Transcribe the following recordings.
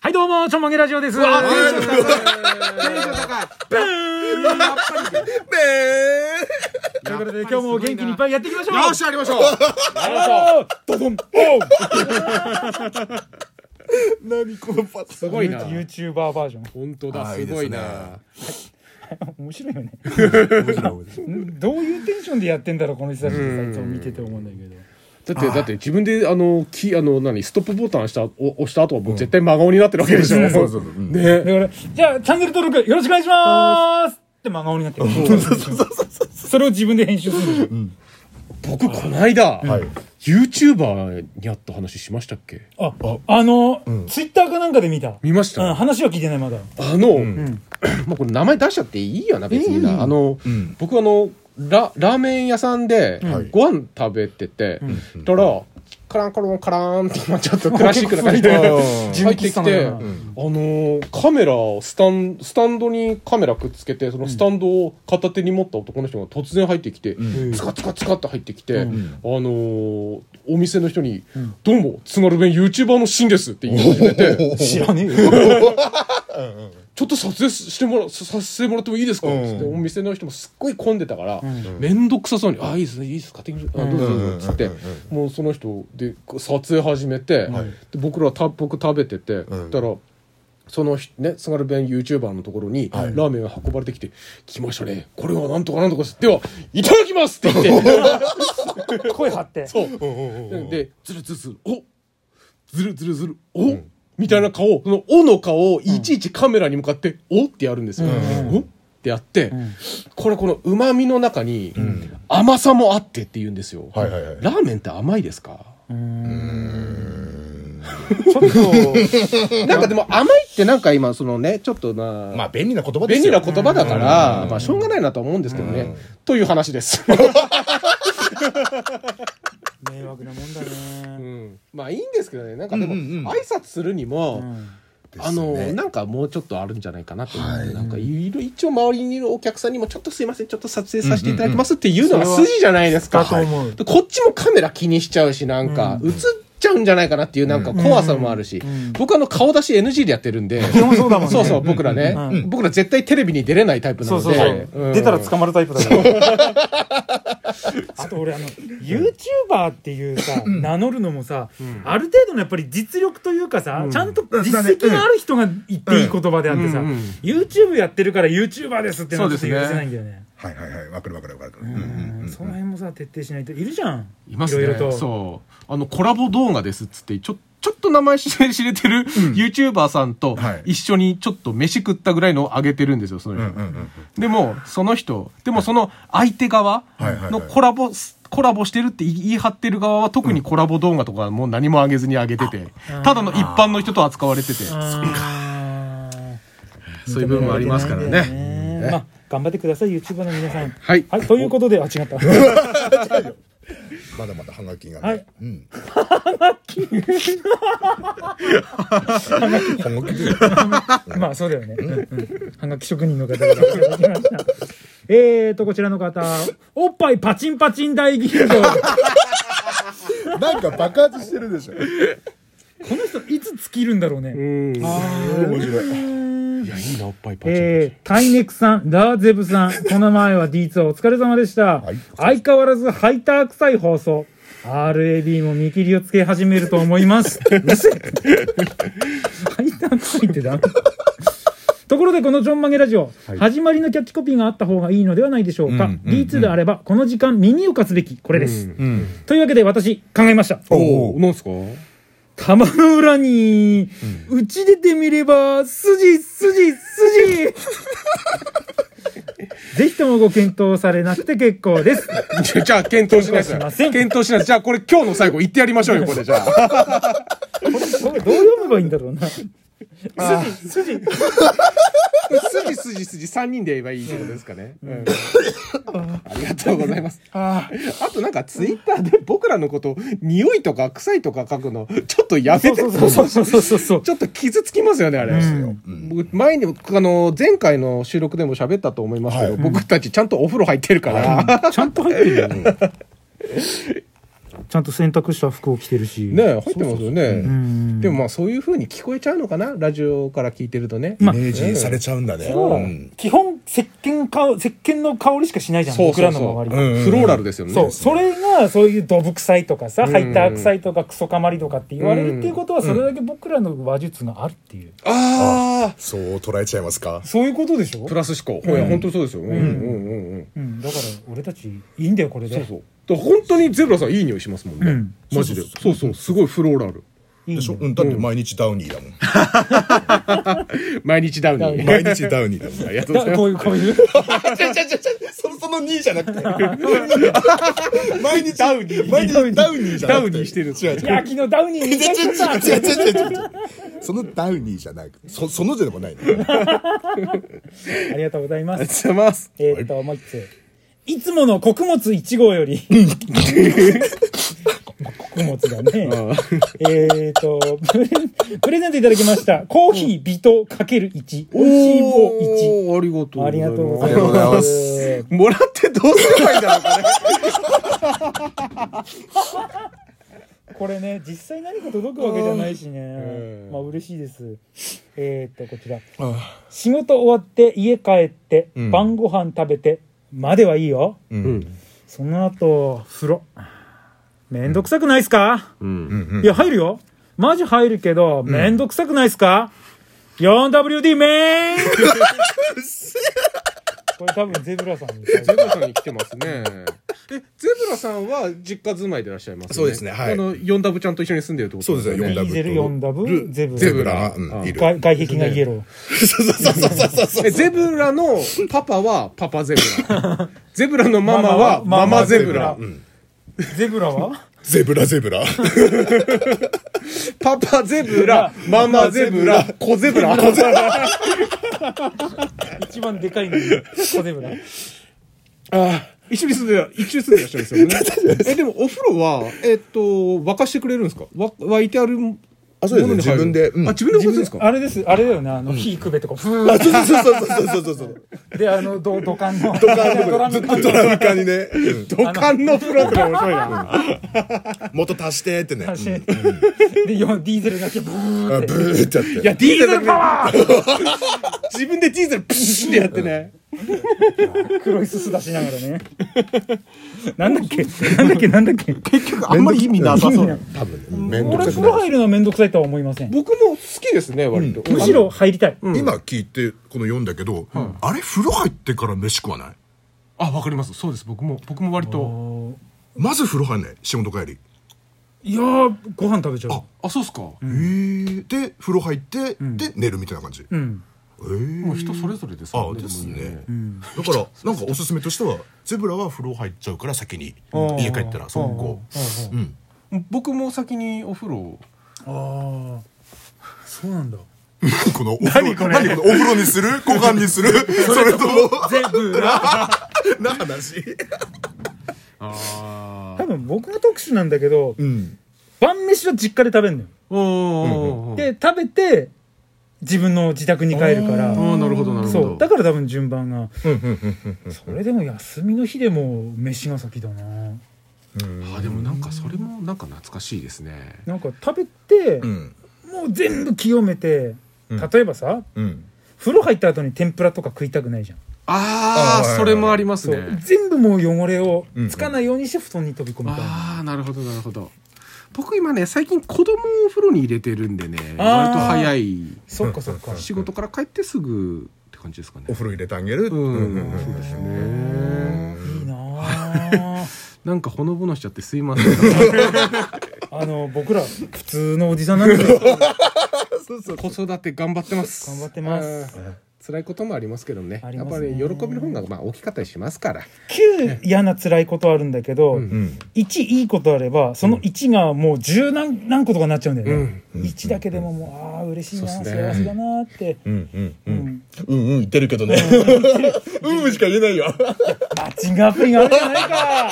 はい、どうも、ちょんまげラジオです。わテーンション高いテンション高い。ブーンということで、今日も元気にいっぱいやっていきましょうよっしゃ、やりましょう。あードドンおう何このパスすすごいな。 !YouTuber バージョン。本当だ、あーすごいいいな。面白いよね。面白いどういうテンションでやってんだろう、この人たちっていつも見てて思うんだけど。だって、だって自分で、あの、き、あの、何、ストップボタンした、お押した後はもう絶対真顔になってるわけでしょ。そうそうそうそううんね。だから、じゃあ、チャンネル登録よろしくお願いしますって真顔になってる。それを自分で編集するんでしょ僕、こないだ、YouTuber に会った話しましたっけあ、あの、ツイッターかなんかで見た。見ましたうん、話は聞いてない、まだ。あの、まあこれ名前出しちゃっていいやな、別にな。あの、ん僕あの、ラ、ラーメン屋さんではい、ご飯食べてて、たら、カランカランカラーンって、まあちょっとクラシックな感じで純入って喫茶きなて、のあかなの、カメラをスタン、スタンドにカメラくっつけて、そのスタンドを片手に持った男の人が突然入ってきて、ツカツカツカって入ってきて、あの、お店の人に、どうも、津軽弁 YouTuber のシンですって言い始めて、知らねえよ。ちょっと撮影してもらささせてもらってもいいですか?」って言って、お店の人もすっごい混んでたから面倒、くさそうに「ああいいですねいいです買ってきましょうあどうぞどうぞ」っつって、もうその人で撮影始めて、で僕らた僕食べてて、たらそのひね津軽弁 YouTuber のところにラーメンが運ばれてきて「来ましたねこれはなんとかなんとかですではいただきます!」って言って。 声張って。そう。で、ズルズルズル、おズルズルズル、お、みたいな顔、その、おの顔をいちいちカメラに向かって、おってやるんですよ。おってやって、これこの旨味の中に、甘さもあってって言うんですよ。はいはいはいラーメンって甘いですかちょっと、なんかでも甘いってなんか今、そのね、ちょっとな、まあ便利な言葉で便す利なよ言葉だから、まあしょうがないなとは思うんですけどね。という話です。 迷惑なもんだうね。んまあいいんですけどね。なんかでも、うんうんうん挨拶するにも、うんあのなんかもうちょっとあるんじゃないかなと思って、なんかいろ一応周りにいるお客さんにもちょっとすいませんちょっと撮影させていただきますっていうのが筋じゃないですか、だと思う。でこっちもカメラ気にしちゃうしなんか映っちゃうんじゃないかなっていうなんか怖さもあるし、うん僕あの顔出し NG でやってるんで、基本そうだもんね。そうそう僕らね、うん僕ら絶対テレビに出れないタイプなそのうでそうそう。出たら捕まるタイプだから。 あと俺あの、YouTuber っていうさ、名乗るのもさ、ある程度のやっぱり実力というかさ、ちゃんと実績がある人が言っていい言葉であってさうんうんうん、 YouTube やってるから YouTuber ですってのはちょっと許せないんだよね。はいはいはいわかるわかるわかるううんうんうんんその辺もさ、徹底しないと。いるじゃん。いますね。いろいろと。そう。あの、コラボ動画ですっつって、ちょ、ちょっと名前知れ知れてる YouTuber さんとはい一緒にちょっと飯食ったぐらいのを上げてるんですよ、そのう人。んうんうんでも、その人、でもその相手側はいはいのはいコラボ、コラボしてるって言い張ってる側は特にコラボ動画とかもう何も上げずに上げてて、ただの一般の人と扱われてて、あーそういう部分もありますからね。ねまあ、頑張ってください、YouTuber の皆さん。はいはい、ということで、あ、違 った。まだまだハガキがはいねうんハガキハガキまあそうだよね。うんはがき職人の方が来ていただきました。えーと、こちらの方、おっぱいパチンパチン大吟醸。 なんか爆発してるでしょこの人、いつ尽きるんだろうね。面白いいや、いいな、おっぱいパチンパチン。えー、タイネクさん、ラーゼブさん、この前は D2 お疲れ様でした。はい相変わらずハイター臭い放送。RAB も見切りをつけ始めると思い ます。うるせえハイター臭いってダメ。ところでこのちょんまげラジオ、始まりのキャッチコピーがあった方がいいのではないでしょうか。うんうんうん D2 であれば、この時間耳を貸すべき、これです。うんというわけで私、考えました。おおおー、なんすか 玉の裏に、うち、出てみれば、筋、筋、筋 ぜひともご検討されなくて結構です。じゃじゃあ、検討しないですしません検討しないですじゃあ、これ今日の最後言ってやりましょうよ、これじゃあ。これ、これどう読めばいいんだろうな。筋、筋。筋筋筋3人で言えばいいってことですかね。うんありがとうございます。あとなんかツイッターで僕らのこと、匂いとか臭いとか書くの、ちょっとやめて。そうそうそうそうそうそう。ちょっと傷つきますよね、あれ。僕、前にも、あの、前回の収録でも喋ったと思いますけど、僕たちちゃんとお風呂入ってるか ら、ちゃんと入ってるよ。ちゃんと洗濯した服を着てるし。ね入ってますようねん。でもまあそういうふうに聞こえちゃうのかなラジオから聞いてるとねまあイメージされちゃうんだね。そううん基本石鹸か石鹸の香りしかしないじゃんそう僕そらうのそう周りうんはフローラルですよねそうそれがそういうドブ臭いとかさハイター臭いとかクソかまりとかって言われるっていうことはそれだけ僕らの話術があるっていうああそう捉えちゃいますか。そういうことでしょプラス思考ほや本当にそうですようんうんうんうんうんだから俺たちいいんだよこれでそうそうだから本当にゼブラさんいい匂いしますもんね、うんマジでそうそうすごいフローラルいいでんしだょようん、だって毎日ダウニーだもん。毎日ダウニダウニーー毎日ダウニーだもん。ありがとうだかございらまこういうこう いうちゃちゃちゃちゃ、その、その2じゃなくて。 毎日ダウニー。毎日ダウニーじゃなくて。ダウニーしてる違う違うい。や昨日ダウニー見 返しちゃった違う違う違う違うそのダウニーじゃなくそそのじゃでもないねありがとうございますすありがとうございますえーっともう一ついつもの穀物1号 より穀物だねえっとプレプレゼントいただきましたコーヒー微糖かける1美味しい棒おーありがとうご1あざいますりがとうございありがとうございまますすもらってどうすればいいんだろうこれこれね実際何か届くわけじゃないしうねんまあ嬉しいですえーっとこちらあ仕事終わって家帰ってうん晩ご飯食べてまではいいよううんんその後風呂めんどくさくないっすかうんうんいや、入るよ。マジ入るけど、めんどくさくないっすか、?4WD めーんこれ多分ゼブラさんに。ゼブラさんに来てますね。え、ゼブラさんは実家住まいでいらっしゃいますそうよね。ですねはいあの、4ダブちゃんと一緒に住んでるってことそうですよねディーゼル 4W? ゼブラ。ゼブラがうんいる外外壁がイエロー。そうそうそうそうそうそうえゼブラのパパはパパゼブ ラ。ゼブラのママはママはママゼブラママ。ゼゼブラはゼブラゼブラパパゼブラ、 ママゼブラ、子ゼブ ラ。 一番でかいのに。小ゼブラ。あー一緒に住んでら、一緒に住んでらっしゃるんですよね。 え、でもお風呂は、えっと、沸かしてくれるんですかわ沸いてあるものに入る。あそうですね自分でうんあ、自分で沸かすんですかあれです、あれだよね、あの、火くべとか、ふーあそうそうそうそうそうそうそうで、あの、ど土管の、ドラム缶ドラム缶にねうん土管の風呂って面白いな。もっと足してってね出しうんてで、よディーゼルだけブーあってブ。ーってやっていや、ディーゼルパワー自分でディーゼルプシュってやってね。黒いすす出しながらねなんだっけなんだっけなんだっけ結局あんまり意味なさそう俺多分ね面倒く風さ呂くない入るのは面倒くさいとは思いません僕も好きですね、割と。むしろ入りたい今聞いてこの読んだけどあれ風呂入ってから飯食わないあ、わかります。そうです。僕も、僕も割と。まず風呂入んない仕事帰りいやーご飯食べちゃうあ、そうっすか。もへーで風呂入ってで寝るみたいな感じへうんーう人それぞれですあですね、だからなんかおすすめとしてはゼブラは風呂入っちゃうから先にうん家帰ったらそこう、うん、 僕も先にお風呂。ああそうなんだこのお風 呂何このお風呂にす るご飯にするそれとも全部な話あ多分僕が特殊なんだけどうん晩飯は実家で食べんのよあ。おで食べて自分の自宅に帰るからああ、なるほど、なるほそどう。だから多分順番がそれでも休みの日でも飯が先だなあ、でもなんかそれもなんか懐かしいですね。なんか食べて、うんもう全部清めて、うん例えばさうん風呂入った後に天ぷらとか食いたくないじゃん、ああーあ、それもありますそうね。全部もう汚れをうんつかないようにして布団に飛び込みたいな、ああ、なるほど、なるほど。僕今ね、最近子供をお風呂に入れてるんでね、割とあー早い。そっかそっか仕事から帰ってすぐって感じですかねお。風呂入れてあげる、うん、そうですね。いいなあなんかほのぼのしちゃってすいません。あの僕ら普通のおじさんなんですけど頑子育て頑張ってます。張ってますうん。辛いこともありますけどね。ありやまっすぱねり喜びの方がまあ大きかったりしますから。 9嫌な辛いことあるんだけど、ううんん1いいことあればその1がもう十何何個とかになっちゃうんだよね、うん1だけでももうああ嬉しいな、そうっすね幸せだなって、うんうんううんん、うんうん言ってるけどねうんうんしか言え ないよマッチングアプリがあるじゃないか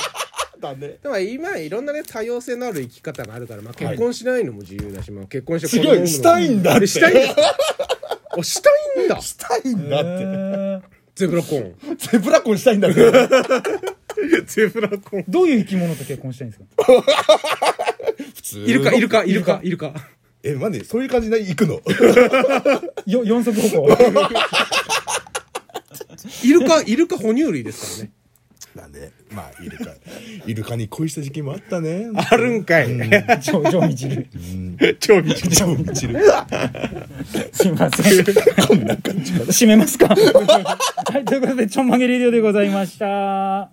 だねでも今いろんなね多様性のある生き方があるから、まあ、結婚しないのも自由だし、まあ、結婚して子供を産むのもしたいんだってしたいんだお したいんだしたいんだってへーゼブラコーン ゼブラコンしたいんだってゼブラコン。どういう生き物と結婚したいんですか普通。イルカ、イルカ、イルカ、イルカ。え、待って、そういう感じで行くのよ四足歩 行イルカ、イルカ哺乳類ですからね。なんで、まあ、イルカ。イルカに恋した時期もあったね。あるんかい。 超超みじる 超美人。超満ちる。すいませんこんな感じかな。 締めますかはいということでちょんまげレディオでございました